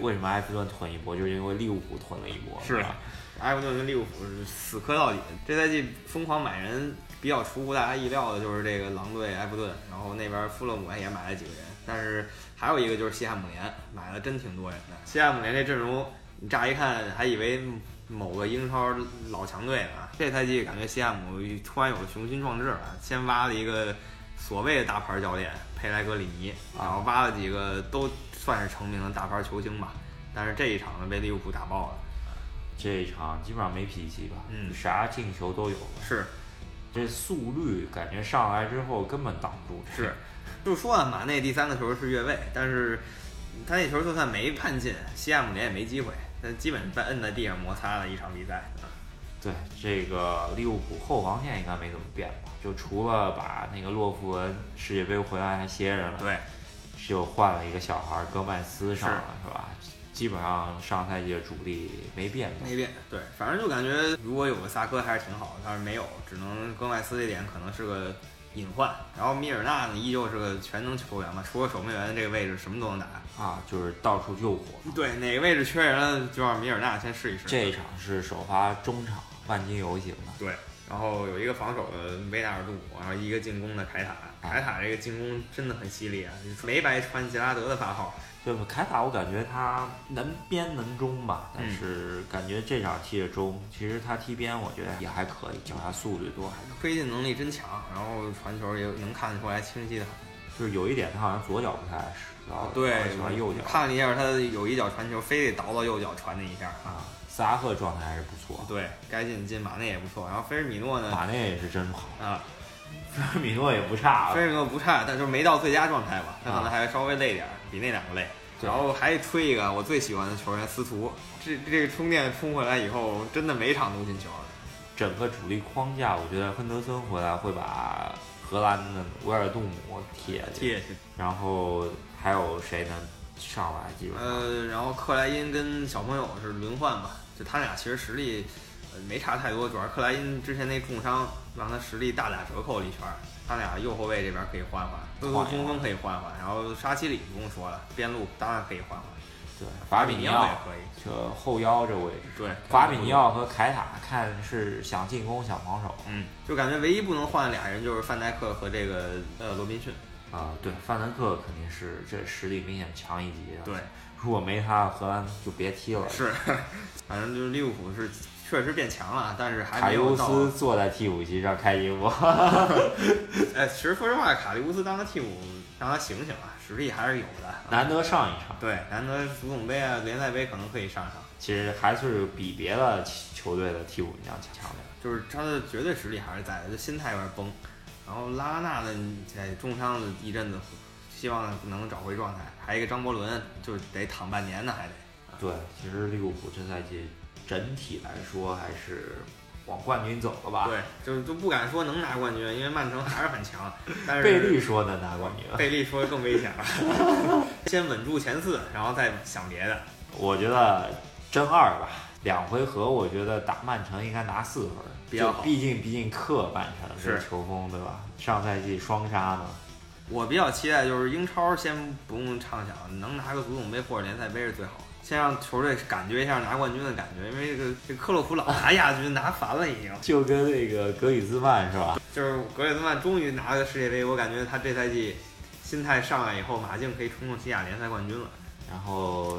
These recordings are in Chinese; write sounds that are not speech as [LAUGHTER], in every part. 为什么埃弗顿囤一波，就是因为利物浦囤了一波。是吧啊，埃弗顿跟利物浦是死磕到底。这赛季疯狂买人比较出乎大家意料的就是这个狼队、埃弗顿，然后那边富勒姆也买了几个人，但是还有一个就是西汉姆联买了真挺多人的。西汉姆联这阵容，你乍一看还以为某个英超老强队呢，这赛季感觉西汉姆突然有了雄心壮志了，先挖了一个所谓的大牌教练佩莱格里尼，然后挖了几个都算是成名的大牌球星吧，但是这一场呢被利物浦打爆了。这一场基本上没脾气吧？嗯啥进球都有。是，这速率感觉上来之后根本挡不住。是，就说啊，马内第三个球是越位，但是他那球就算没判进，西汉姆联也没机会，他基本在摁在地上摩擦了一场比赛。对这个利物浦后防线应该没怎么变吧？就除了把那个洛夫文世界杯回来还歇着呢，，对，就换了一个小孩儿戈麦斯上是了，是吧？基本上上赛季的主力没变吧？没变。对，反正就感觉如果有个萨科还是挺好的，但是没有，只能戈麦斯这点可能是个隐患。然后米尔纳呢，依旧是个全能球员嘛，除了守门员这个位置什么都能打。啊，就是到处救火。对，哪个位置缺人了，就让米尔纳先试一试。这一场是首发中场万金油型的，对，然后有一个防守的维纳尔杜姆，然后一个进攻的凯啊塔。凯塔这个进攻真的很犀利啊，没白穿杰拉德的发号。对吧？凯塔我感觉他能边能中吧，但嗯是感觉这场踢着中，其实他踢边我觉得也还可以，脚下速率多还可以。推进能力真强，然后传球也能看得出来清晰的很。就是有一点他好像左脚不太适，然后喜欢啊右脚。看了一下他有一脚传球，非得倒到右脚传那一下啊。啊，萨拉赫状态还是不错，对，该进进，马内也不错。然后菲尔米诺呢？马内啊也是真好， [LAUGHS] 啊，菲尔米诺也不差菲。尔米诺不差，但就是没到最佳状态吧，他可能还稍微累点儿，比那两个累。啊对然后还吹一个我最喜欢的球员司徒，这这个充电充回来以后，真的每场都进球了。整个主力框架，我觉得亨德森回来会把荷兰的维尔杜姆铁谢谢。然后还有谁能上来？基本上、呃，然后克莱因跟小朋友是轮换吧，就他俩其实实力呃没差太多，主要是克莱因之前那重伤让他实力大打折扣了一圈儿。他俩右后卫这边可以换换，斯图换一换中锋可以换换，然后沙奇里不用说了，边路当然可以换换，对法比尼奥也可以。这后腰这位置，对，法比尼奥和凯塔看是想进攻想防守嗯，就感觉唯一不能换的俩人就是范戴克和这个呃罗宾逊。啊、对，范德克肯定是这实力明显强一级。啊对，如果没他，荷兰就别踢了。是， [LAUGHS] 反正就是利物浦是确实变强了，但是还卡没尤有到。斯坐在替补席上开心不？哎，其实说实话，卡利乌斯当个替补，让他醒醒啊，实力还是有 [LAUGHS] 的。啊难得上一场，对，难得足总杯啊、联赛杯可能可以上上，其实还是比别的球队的替补要强强点。就是他的绝对实力还是在的，就心态有点崩。然后拉纳呢，在重伤了一阵子，希望能找回状态。还有一个张伯伦，就得躺半年呢，还得。对，其实利物浦这赛季整体来说还是往冠军走了吧？对，就是都不敢说能拿冠军，因为曼城还是 [LAUGHS] 很强。但是贝利说能拿冠军，贝利说的更危险 [LAUGHS] 了，先稳住前四，然后再想别的。我觉得争二吧，两回合我觉得打曼城应该拿四分，比较就好毕竟毕竟克曼城是这球风对吧？上赛季双杀呢，我比较期待就是英超先不用畅想，能拿个足总杯或者联赛杯是最好，先让球队感觉一下拿冠军的感觉，因为这个这克洛普老 [LAUGHS] 拿亚军拿烦了已经。就跟那个格里兹曼是吧？就是格列兹曼终于拿了世界杯，我感觉他这赛季心态上来以后，马竞可以冲冲西甲联赛冠军了。然后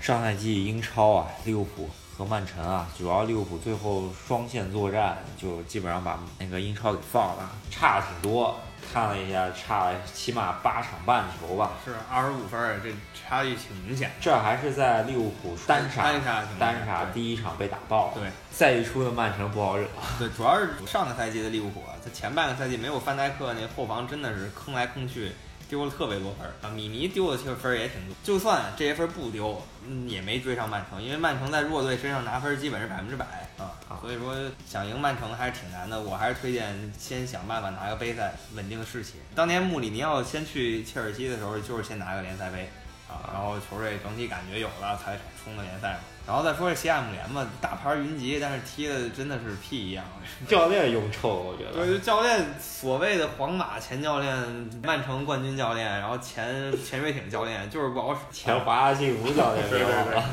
上赛季英超啊，利物浦和曼城啊，主要利物浦最后双线作战，就基本上把那个英超给放了，差挺多。看了一下，差了起码八场半球吧。是二十五分，这差距挺明显。这还是在利物浦单杀单杀情况下单杀对第一场被打爆了。对，赛季初的曼城不好惹。对，主要是上个赛季的利物浦，啊，他前半个赛季没有范戴克，那后防真的是坑来坑去，丢了特别多分儿啊。米尼丢的其实分儿也挺多，就算这些分儿不丢，嗯也没追上曼城，因为曼城在弱队身上拿分儿基本是百分之百啊好。所以说想赢曼城还是挺难的，我还是推荐先想办法拿个杯赛，稳定士气。当年穆里尼奥先去切尔西的时候，就是先拿个联赛杯。啊，然后球队整体感觉有了才冲的联赛嘛。然后再说这西汉姆联嘛，大牌云集，但是踢的真的是屁一样。教练用臭，我觉对，得。就教练所谓的皇马前教练、曼城冠军教练，然后前前瑞挺教练，就是不好使，前华夏幸福教练对别对忘了，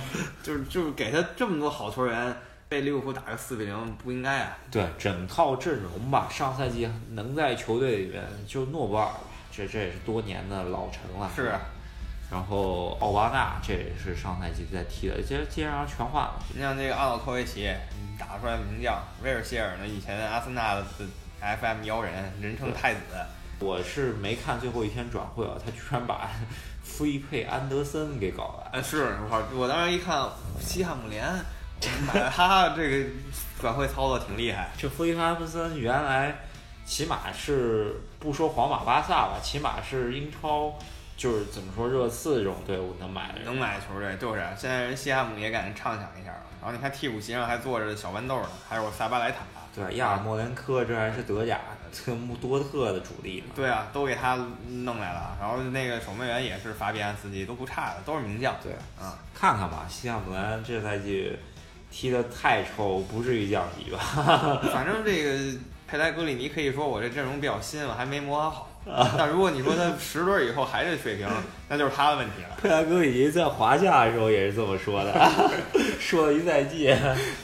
就是就是给他这么多好球员，被利物浦打个四比零不应该啊。对整套阵容吧，上赛季能在球队里面就诺博尔吧，这这也是多年的老臣了。是啊，然后奥巴纳这也是上赛季在踢的，接接上全换了。你像这个阿瑙托维奇，你打出来名将，威尔希尔呢，以前阿森纳的 FM 妖人，人称太子。我是没看最后一天转会啊，他居然把 [LAUGHS] 富伊佩安德森给搞了。呃，是我靠我当时一看西汉姆联，我买了他这个转会操作挺厉害。这富伊佩安德森原来起码是不说皇马、巴萨吧，起码是英超，就是怎么说热刺这种队伍能买的人。能买球队就是啊，现在人西汉姆也敢畅想一下了。然后你看替补席上还坐着小豌豆呢，还有萨巴莱塔。对，亚尔莫连科这还是德甲特穆多特的主力呢。对啊，都给他弄来了。然后那个守门员也是法比安斯基，都不差的，都是名将。对，啊，看看吧，西汉姆联这赛季踢得太臭，不至于降级吧？反正这个佩莱格里尼可以说我这阵容比较新，我还没磨合 [LAUGHS] 好。但如果你说他十轮以后还这水平，那就是他的问题了。佩莱格里尼在华夏的时候也是这么说的， [LAUGHS] 说了一赛季，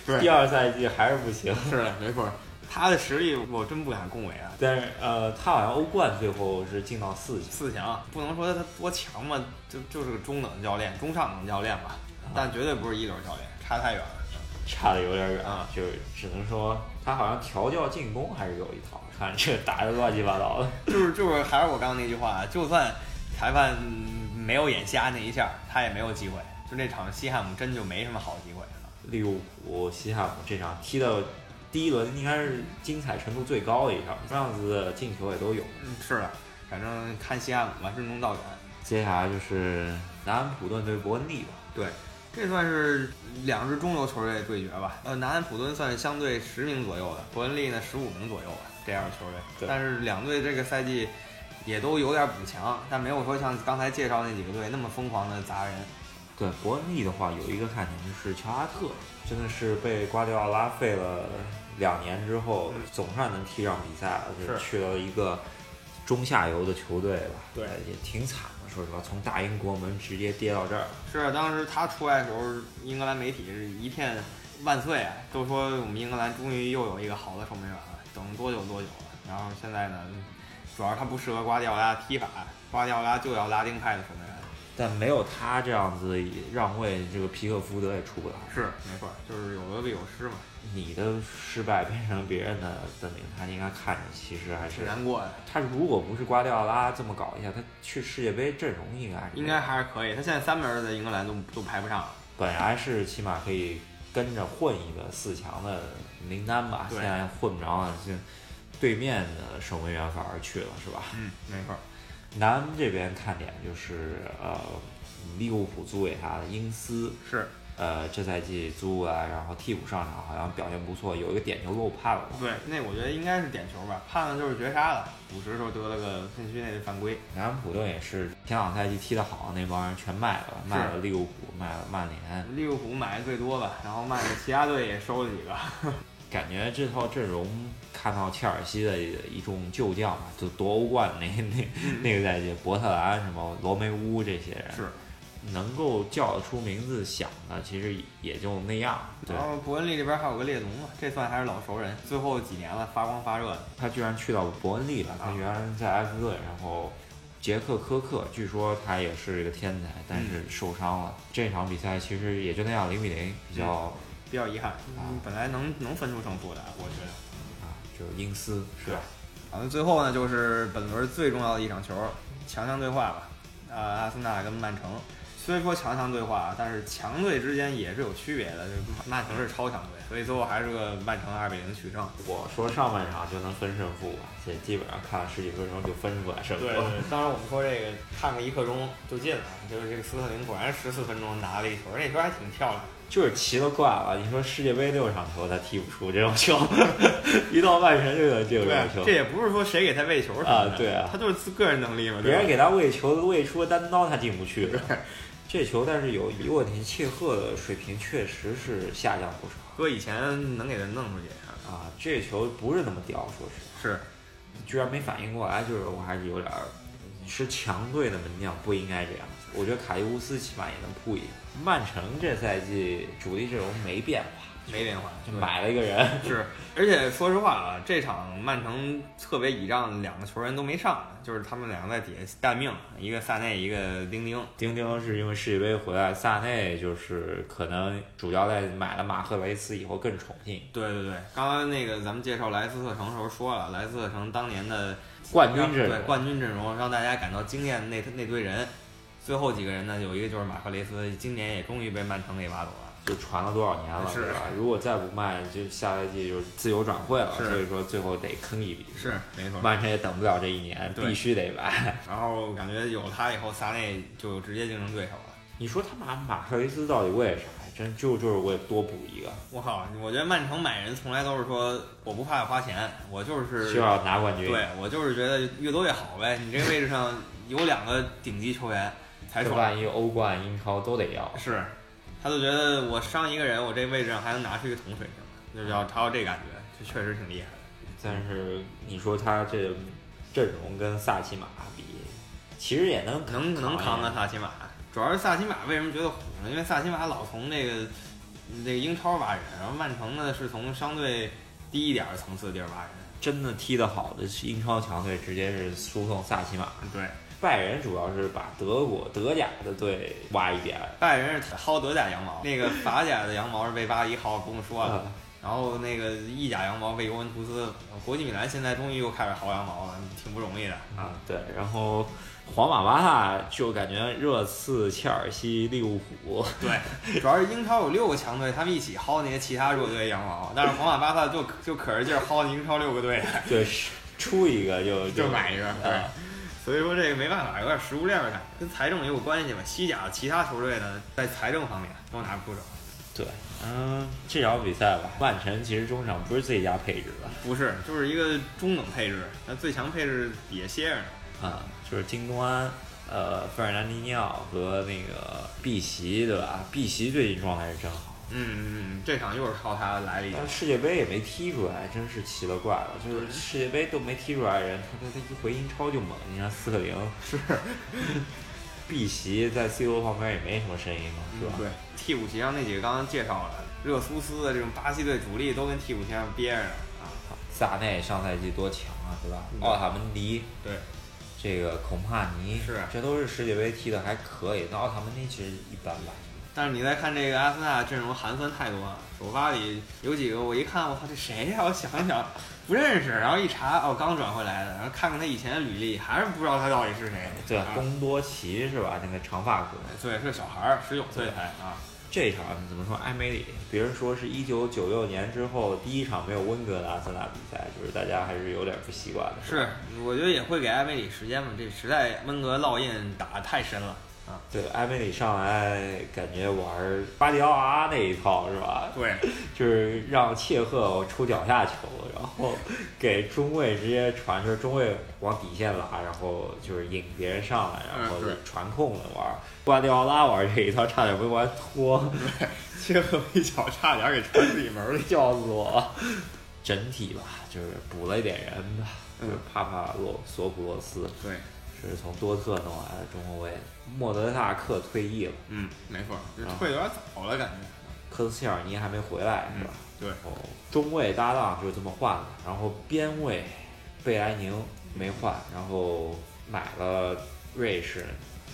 对第二赛季还是不行。是的，没错，他的实力我真不敢恭维啊。但是呃，他好像欧冠最后是进到四强，四强啊不能说他多强吧，就就是个中等教练、中上等教练吧，但绝对不是一流教练，差太远了。差的有点远啊，就是只能说他好像调教进攻还是有一套，看这打的乱七八糟的。就是就是，还是我刚刚那句话，啊就算裁判没有眼瞎那一下，他也没有机会。就那场西汉姆真就没什么好机会了。利物浦、西汉姆这场踢的第一轮应该是精彩程度最高的一场，这样子的进球也都有。嗯，是的，反正看西汉姆吧，任重道远。接下来就是南安普顿对伯恩利吧，对，这算是两支中游球队对决吧。呃，南安普顿算是相对十名左右的，伯恩利呢十五名左右吧，这样的球队对。但是两队这个赛季也都有点补强，但没有说像刚才介绍那几个队那么疯狂的砸人。对伯恩利的话，有一个看点就是乔阿特，真的是被瓜迪奥拉废了两年之后，嗯总算能踢上比赛了，就是去了一个中下游的球队吧。对也挺惨的，说实话，从大英国门直接跌到这儿。是啊当时他出来的时候，英格兰媒体是一片万岁啊，都说我们英格兰终于又有一个好的守门员了，等了多久多久了。然后现在呢，主要是他不适合瓜迪奥拉的踢法，瓜迪奥拉就要拉丁派的守门员。但没有他这样子让位，这个皮克福德也出不来。是，没错，就是有得必有失嘛。你的失败变成别人的本领，他应该看着其实还挺是难过呀，他如果不是瓜迪奥拉这么搞一下，他去世界杯阵容应该还是应该还是可以。他现在三门儿在英格兰都都排不上了，本来是起码可以跟着混一个四强的名单吧，对现在混不着了，就对面的守门员反而去了是吧？嗯，没错儿，南安这边看点就是呃，利物浦租给他的英斯，是呃，这赛季租过来，然后替补上场好像表现不错，有一个点球漏判了吧，对。那我觉得应该是点球吧，判了就是绝杀了。补时的时候得了个禁区内的犯规，南安普顿也是前两赛季踢得好的那帮人全卖了吧，是卖了利物浦，卖了曼联，利物浦买的最多吧，然后曼联其他队也收了几个。感觉这套阵容看到切尔西的一众旧将嘛，就夺欧冠那 [LAUGHS] 嗯那那个赛季，伯特兰什么罗梅乌这些人，是，能够叫得出名字响的，其实也就那样。对然，后伯恩利这边还有个列侬嘛，这算还是老熟人，最后几年了发光发热的。他居然去到伯恩利了，他啊原来在埃弗顿，然后杰克科克，据说他也是一个天才，但嗯是受伤了。这场比赛其实也就那样，零比零比较比较遗憾，本来能能分出胜负的，我觉得。啊，就是英斯是吧？好像最后呢，就是本轮最重要的一场球，强强对话吧。呃，阿森纳跟曼城，虽说强强对话，啊但是强队之间也是有区别的。就是曼城是超强队，所以最后还是个曼城二比零取胜。我说上半场就能分胜负吧，这基本上看了十几分钟就分出来胜负了。当然我们说这个看个一刻钟就进了，就是这个斯特林果然十四分钟拿了一球，那球还挺漂亮。就是奇了怪了，你说世界杯六场球他踢不出这种球， [LAUGHS] 一到曼城就能进入这种球啊这，也不是说谁给他喂球什么的啊对啊他就是自个人能力嘛。别对吧人给他喂球喂出个单刀他进不去，这球，但是有以我田切赫的水平确实是下降不少哥以前能给他弄出去啊啊。这球不是那么屌，说实话，是居然没反应过来，就是我还是有点儿，是强队的门将不应该这样。我觉得卡伊乌斯起码也能扑一下。曼城这赛季主力阵容没变化，没变化，就买了一个人，是，而且说实话啊，这场曼城特别倚仗两个球员都没上，就是他们两个在底下待命，一个萨内，一个丁丁。丁丁是因为世界杯回来，萨内就是可能主教练买了马赫雷斯以后更宠幸，对对对，刚刚那个咱们介绍莱斯特城的时候说了，莱斯特城当年的冠军阵对容。冠军阵容让大家感到惊艳那那堆人，最后几个人呢，有一个就是马赫雷斯，今年也终于被曼城给挖走了。就传了多少年了，是对吧？如果再不卖，就下赛季就是自由转会了，是所以说最后得坑一笔。是，没错。曼城也等不了这一年，对必须得买。然后感觉有他以后，萨内就直接竞争对手了。你说他把马赫雷斯到底为啥？真就就是为多补一个，我靠，我觉得曼城买人从来都是说我不怕花钱，我就是需要拿冠军。对我就是觉得越多越好呗。你这个位置上有两个顶级球员才这爽，万一欧冠、英超都得要。是，他就觉得我伤一个人，我这位置上还能拿出一个桶水平，就是要他有这感觉，这确实挺厉害的。但是你说他这阵容跟萨奇马比，其实也能能能扛啊，萨奇马。主要是萨奇马为什么觉得火呢？因为萨奇马老从那个那个英超挖人，然后曼城呢是从相对低一点儿层次的地儿挖人。真的踢得好的英超强队直接是输送萨奇马。对，拜仁主要是把德国德甲的队挖一点儿，拜仁是薅德甲羊毛，那个法甲的羊毛是被巴黎薅，不用说了。啊然后那个意甲羊毛被尤文图斯，国际米兰现在终于又开始薅羊毛了，挺不容易的。啊，对，然后皇马、巴萨就感觉热刺、切尔西、利物浦， [LAUGHS] 对，主要是英超有六个强队，他们一起薅那些其他弱队羊毛，但是皇马、巴萨就就可着劲儿薅英超六个队， [LAUGHS] 对，是出一个就就买一个。对啊，所以说这个没办法，有点食物链儿的感觉，跟财政也有关系吧。西甲其他球队呢，在财政方面都拿不出手。对，嗯，这场比赛吧，曼城其实中场不是最佳配置吧？不是，就是一个中等配置，那最强配置底下歇着呢。啊，就是京东安、呃，费尔南迪尼奥和那个碧玺，对吧？碧玺最近状态是真好。嗯嗯嗯，这场又是靠他来了一脚但。世界杯也没踢出来，真是奇了怪了。就是世界杯都没踢出来的人，他他他一回英超就猛，你看四个零是。 [LAUGHS] 碧玺在 C罗旁边也没什么声音嘛，是吧？对，替补席上那几个刚刚介绍了，热苏斯的这种巴西队主力都跟替补席上憋着呢啊。萨内上赛季多强啊，对吧？嗯奥塔门迪，对，这个孔帕尼是这都是世界杯踢的还可以。那奥塔门迪其实一般吧。但是你再看这个阿森纳阵容寒酸太多了，首发里有几个我一看，我操，这谁呀、我想一想不认识，然后一查，哦，刚转回来的，然后看看他以前的履历，还是不知道他到底是谁。对，啊贡多齐是吧？那个长发哥，对，是个小孩儿，十九岁才啊。这场怎么说？埃梅里，别人说是一九九六年之后第一场没有温格的阿森纳比赛，就是大家还是有点不习惯的。是，我觉得也会给埃梅里时间嘛，这实在温格烙印打得太深了啊。对，埃梅里上来感觉玩儿巴迪奥拉那一套是吧？对，就是让切赫出脚下球，然后给中卫直接传，就是中卫往底线拉，然后就是引别人上来，然后嗯对传控的玩儿。瓜迪奥拉玩这一套差点没玩脱。切赫一脚差点给传自己门儿里。笑死我了。整体吧，就是补了一点人吧，嗯就是帕帕洛索普洛斯对，是从多特弄来的中后卫，莫德萨克退役了，嗯，没错，就啊退得有点早了，感觉。科斯切尔尼还没回来是吧？对，然后中卫搭档就这么换了，然后边卫贝莱宁没换，然后买了瑞士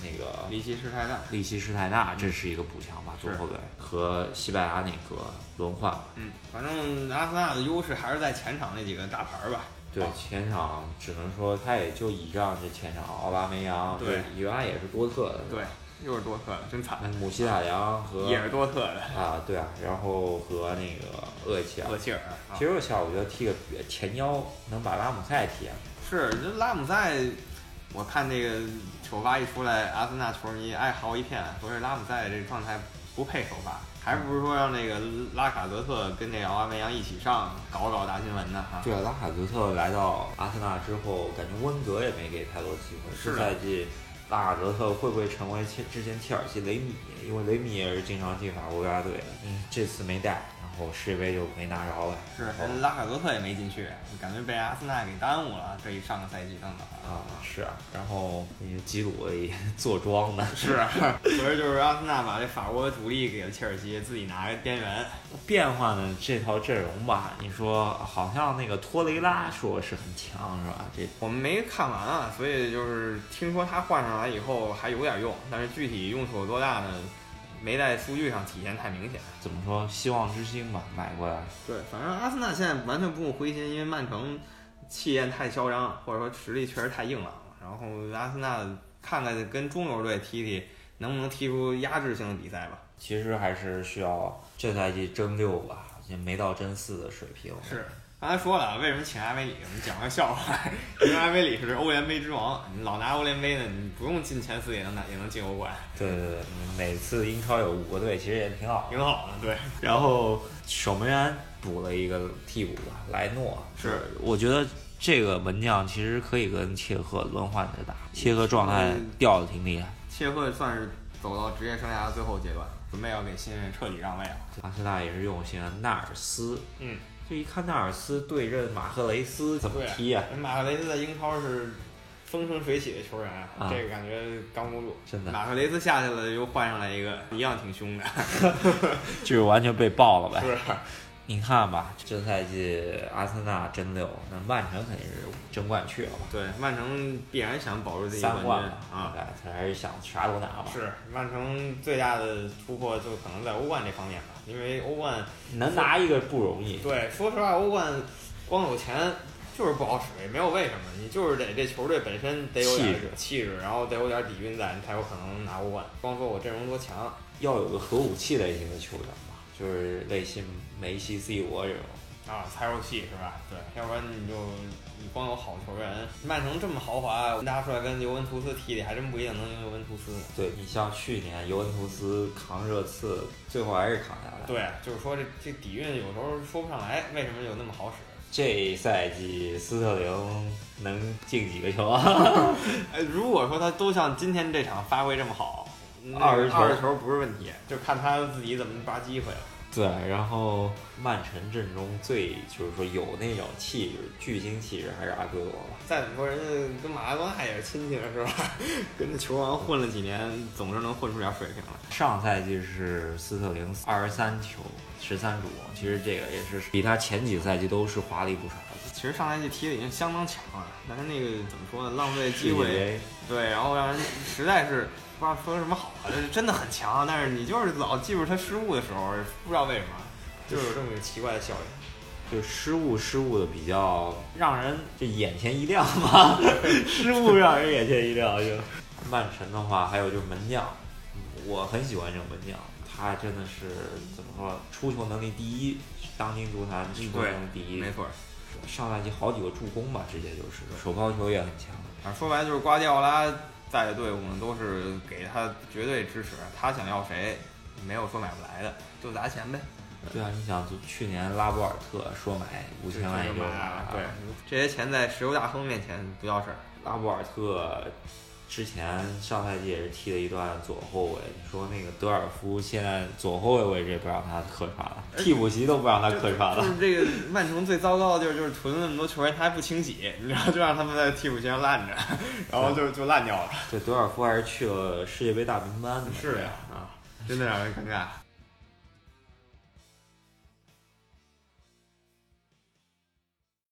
那个离奇失太大。利希施泰纳，这是一个补强吧，左是后卫和西班牙那个轮换吧。嗯，反正阿森纳的优势还是在前场那几个大牌儿吧。对啊前场，只能说他也就倚仗这前场奥巴梅扬，对，原来也是多特的，对，又是多特的，真惨，那姆希塔良和也是多特 [LAUGHS] 的，啊，对啊，然后和那个厄齐尔厄，齐尔。啊其实厄齐尔我觉得踢个前腰能把拉姆塞踢啊上，是，这拉姆塞，我看那个首发一出来，阿森纳球迷哀嚎一片，说是拉姆塞这状态不配首发，还不如说让那个拉卡泽特跟那个奥巴梅扬一起上，搞搞大新闻呢哈。对啊，拉卡泽特来到阿森纳之后，感觉温格也没给太多机会，是这的赛季拉尔德特会不会成为切之前切尔西雷米？因为雷米也是经常进法国国家队的，嗯，这次没带，然后世界杯就没拿着了。是然后拉卡泽特也没进去，感觉被阿森纳给耽误了。这一上个赛季等等啊，是啊，然后那个吉鲁也 [LAUGHS] 坐庄呢，是，啊 [LAUGHS] 所以就是阿森纳把这法国主力给了切尔西，自己拿个边缘。变换的这套阵容吧，你说好像那个托雷拉说是很强是吧？这我们没看完啊，所以就是听说他换上来以后还有点用，但是具体用处有多大呢？没在数据上体现太明显。怎么说希望之星吧买过来，对，反正阿森纳现在完全不用灰心，因为曼城气焰太嚣张，或者说实力确实太硬朗了。然后阿森纳看看跟中游队踢踢，能不能踢出压制性的比赛吧。其实还是需要这赛季争六吧，也没到争四的水平。是，刚才说了，为什么请埃梅里？我们讲个笑话，因为埃梅里是欧联杯之王，你老拿欧联杯呢，你不用进前四也能拿，也能进欧冠，对对对，每次英超有五个队，其实也挺好。挺好的。对，然后守门员补了一个替补吧，莱诺。是，我觉得这个门将其实可以跟切赫轮换着打，切赫状态嗯掉的挺厉害。切赫算是走到职业生涯的最后阶段，准备要给新人彻底让位了。阿森纳也是用新人纳尔斯，嗯，这一看纳尔斯对阵马赫雷斯怎么踢啊呀、马赫雷斯在英超是风生水起的球员，啊这个感觉刚不住。真的马赫雷斯下去了，又换上来一个，一样挺凶的。 [LAUGHS] 就是完全被爆了呗。是，你看吧，这赛季阿森纳争六，那曼城肯定是争冠去了吧？对，曼城必然想保住自己三冠军冠吧，啊。大概他还是想啥都拿吧。是曼城最大的突破就可能在欧冠这方面吧，因为欧冠能拿一个不容易，对，说实话，欧冠光有钱就是不好使，也没有为什么，你就是得这球队本身得有点气质气质，然后得有点底蕴在，你才有可能拿欧冠。光说我阵容多强，要有个核武器类型的球员吧，就是类似梅西、C 罗这种。啊，才有戏是吧？对，要不然你就你光有好球员，曼城这么豪华，拿出来跟尤文图斯踢踢，还真不一定能赢尤文图斯。对你像去年尤文图斯扛热刺，最后还是扛下来。，对，就是说这这底蕴有时候说不上来，为什么有那么好使？这赛季斯特林能进几个球啊？哎，如果说他都像今天这场发挥这么好，那二十球嗯二十球不是问题，就看他自己怎么抓机会了。对，然后曼城阵中最就是说有那种气质、巨星气质还是阿圭罗吧。再怎么说，人家跟马拉多纳也是亲戚了， [LAUGHS] 是吧？跟着球王混了几年，总是能混出点水平来。上赛季是斯特林二十三球十三助攻，其实这个也是比他前几赛季都是华丽不少的。其实上赛季踢的已经相当强了，但是那个怎么说呢，浪费机会，对，然后让人实在是不知道说什么好了。就是真的很强，啊但是你就是老记住他失误的时候，不知道为什么，就是有这么一个奇怪的效应。就失误失误的比较让人就眼前一亮吧， [LAUGHS] 失误让人眼前一亮就。曼城的话，还有就是门将，嗯我很喜欢这种门将，他真的是怎么说，出球能力第一，当今足坛出球能力第一。错。上赛季好几个助攻吧，直接就是手抛球也很强。啊，说白了就是瓜迪奥拉带的队伍呢，都是给他绝对支持，他想要谁，没有说买不来的，就砸钱呗，对啊，你想，就去年拉波尔特说买五千万也就就买买啊。对，这些钱在石油大亨面前不叫事儿。拉波尔特之前上赛季也是踢了一段左后卫，你说那个德尔夫现在左后卫位置也不让他客串了，替补席都不让他客串就了。是这个曼城最糟糕的就是就是囤了那么多球员，他还不清洗，你知道，就让他们在替补席上烂着，然后就就烂掉了。对，德尔夫还是去了世界杯大名单的。是的呀，啊，真的让人尴尬。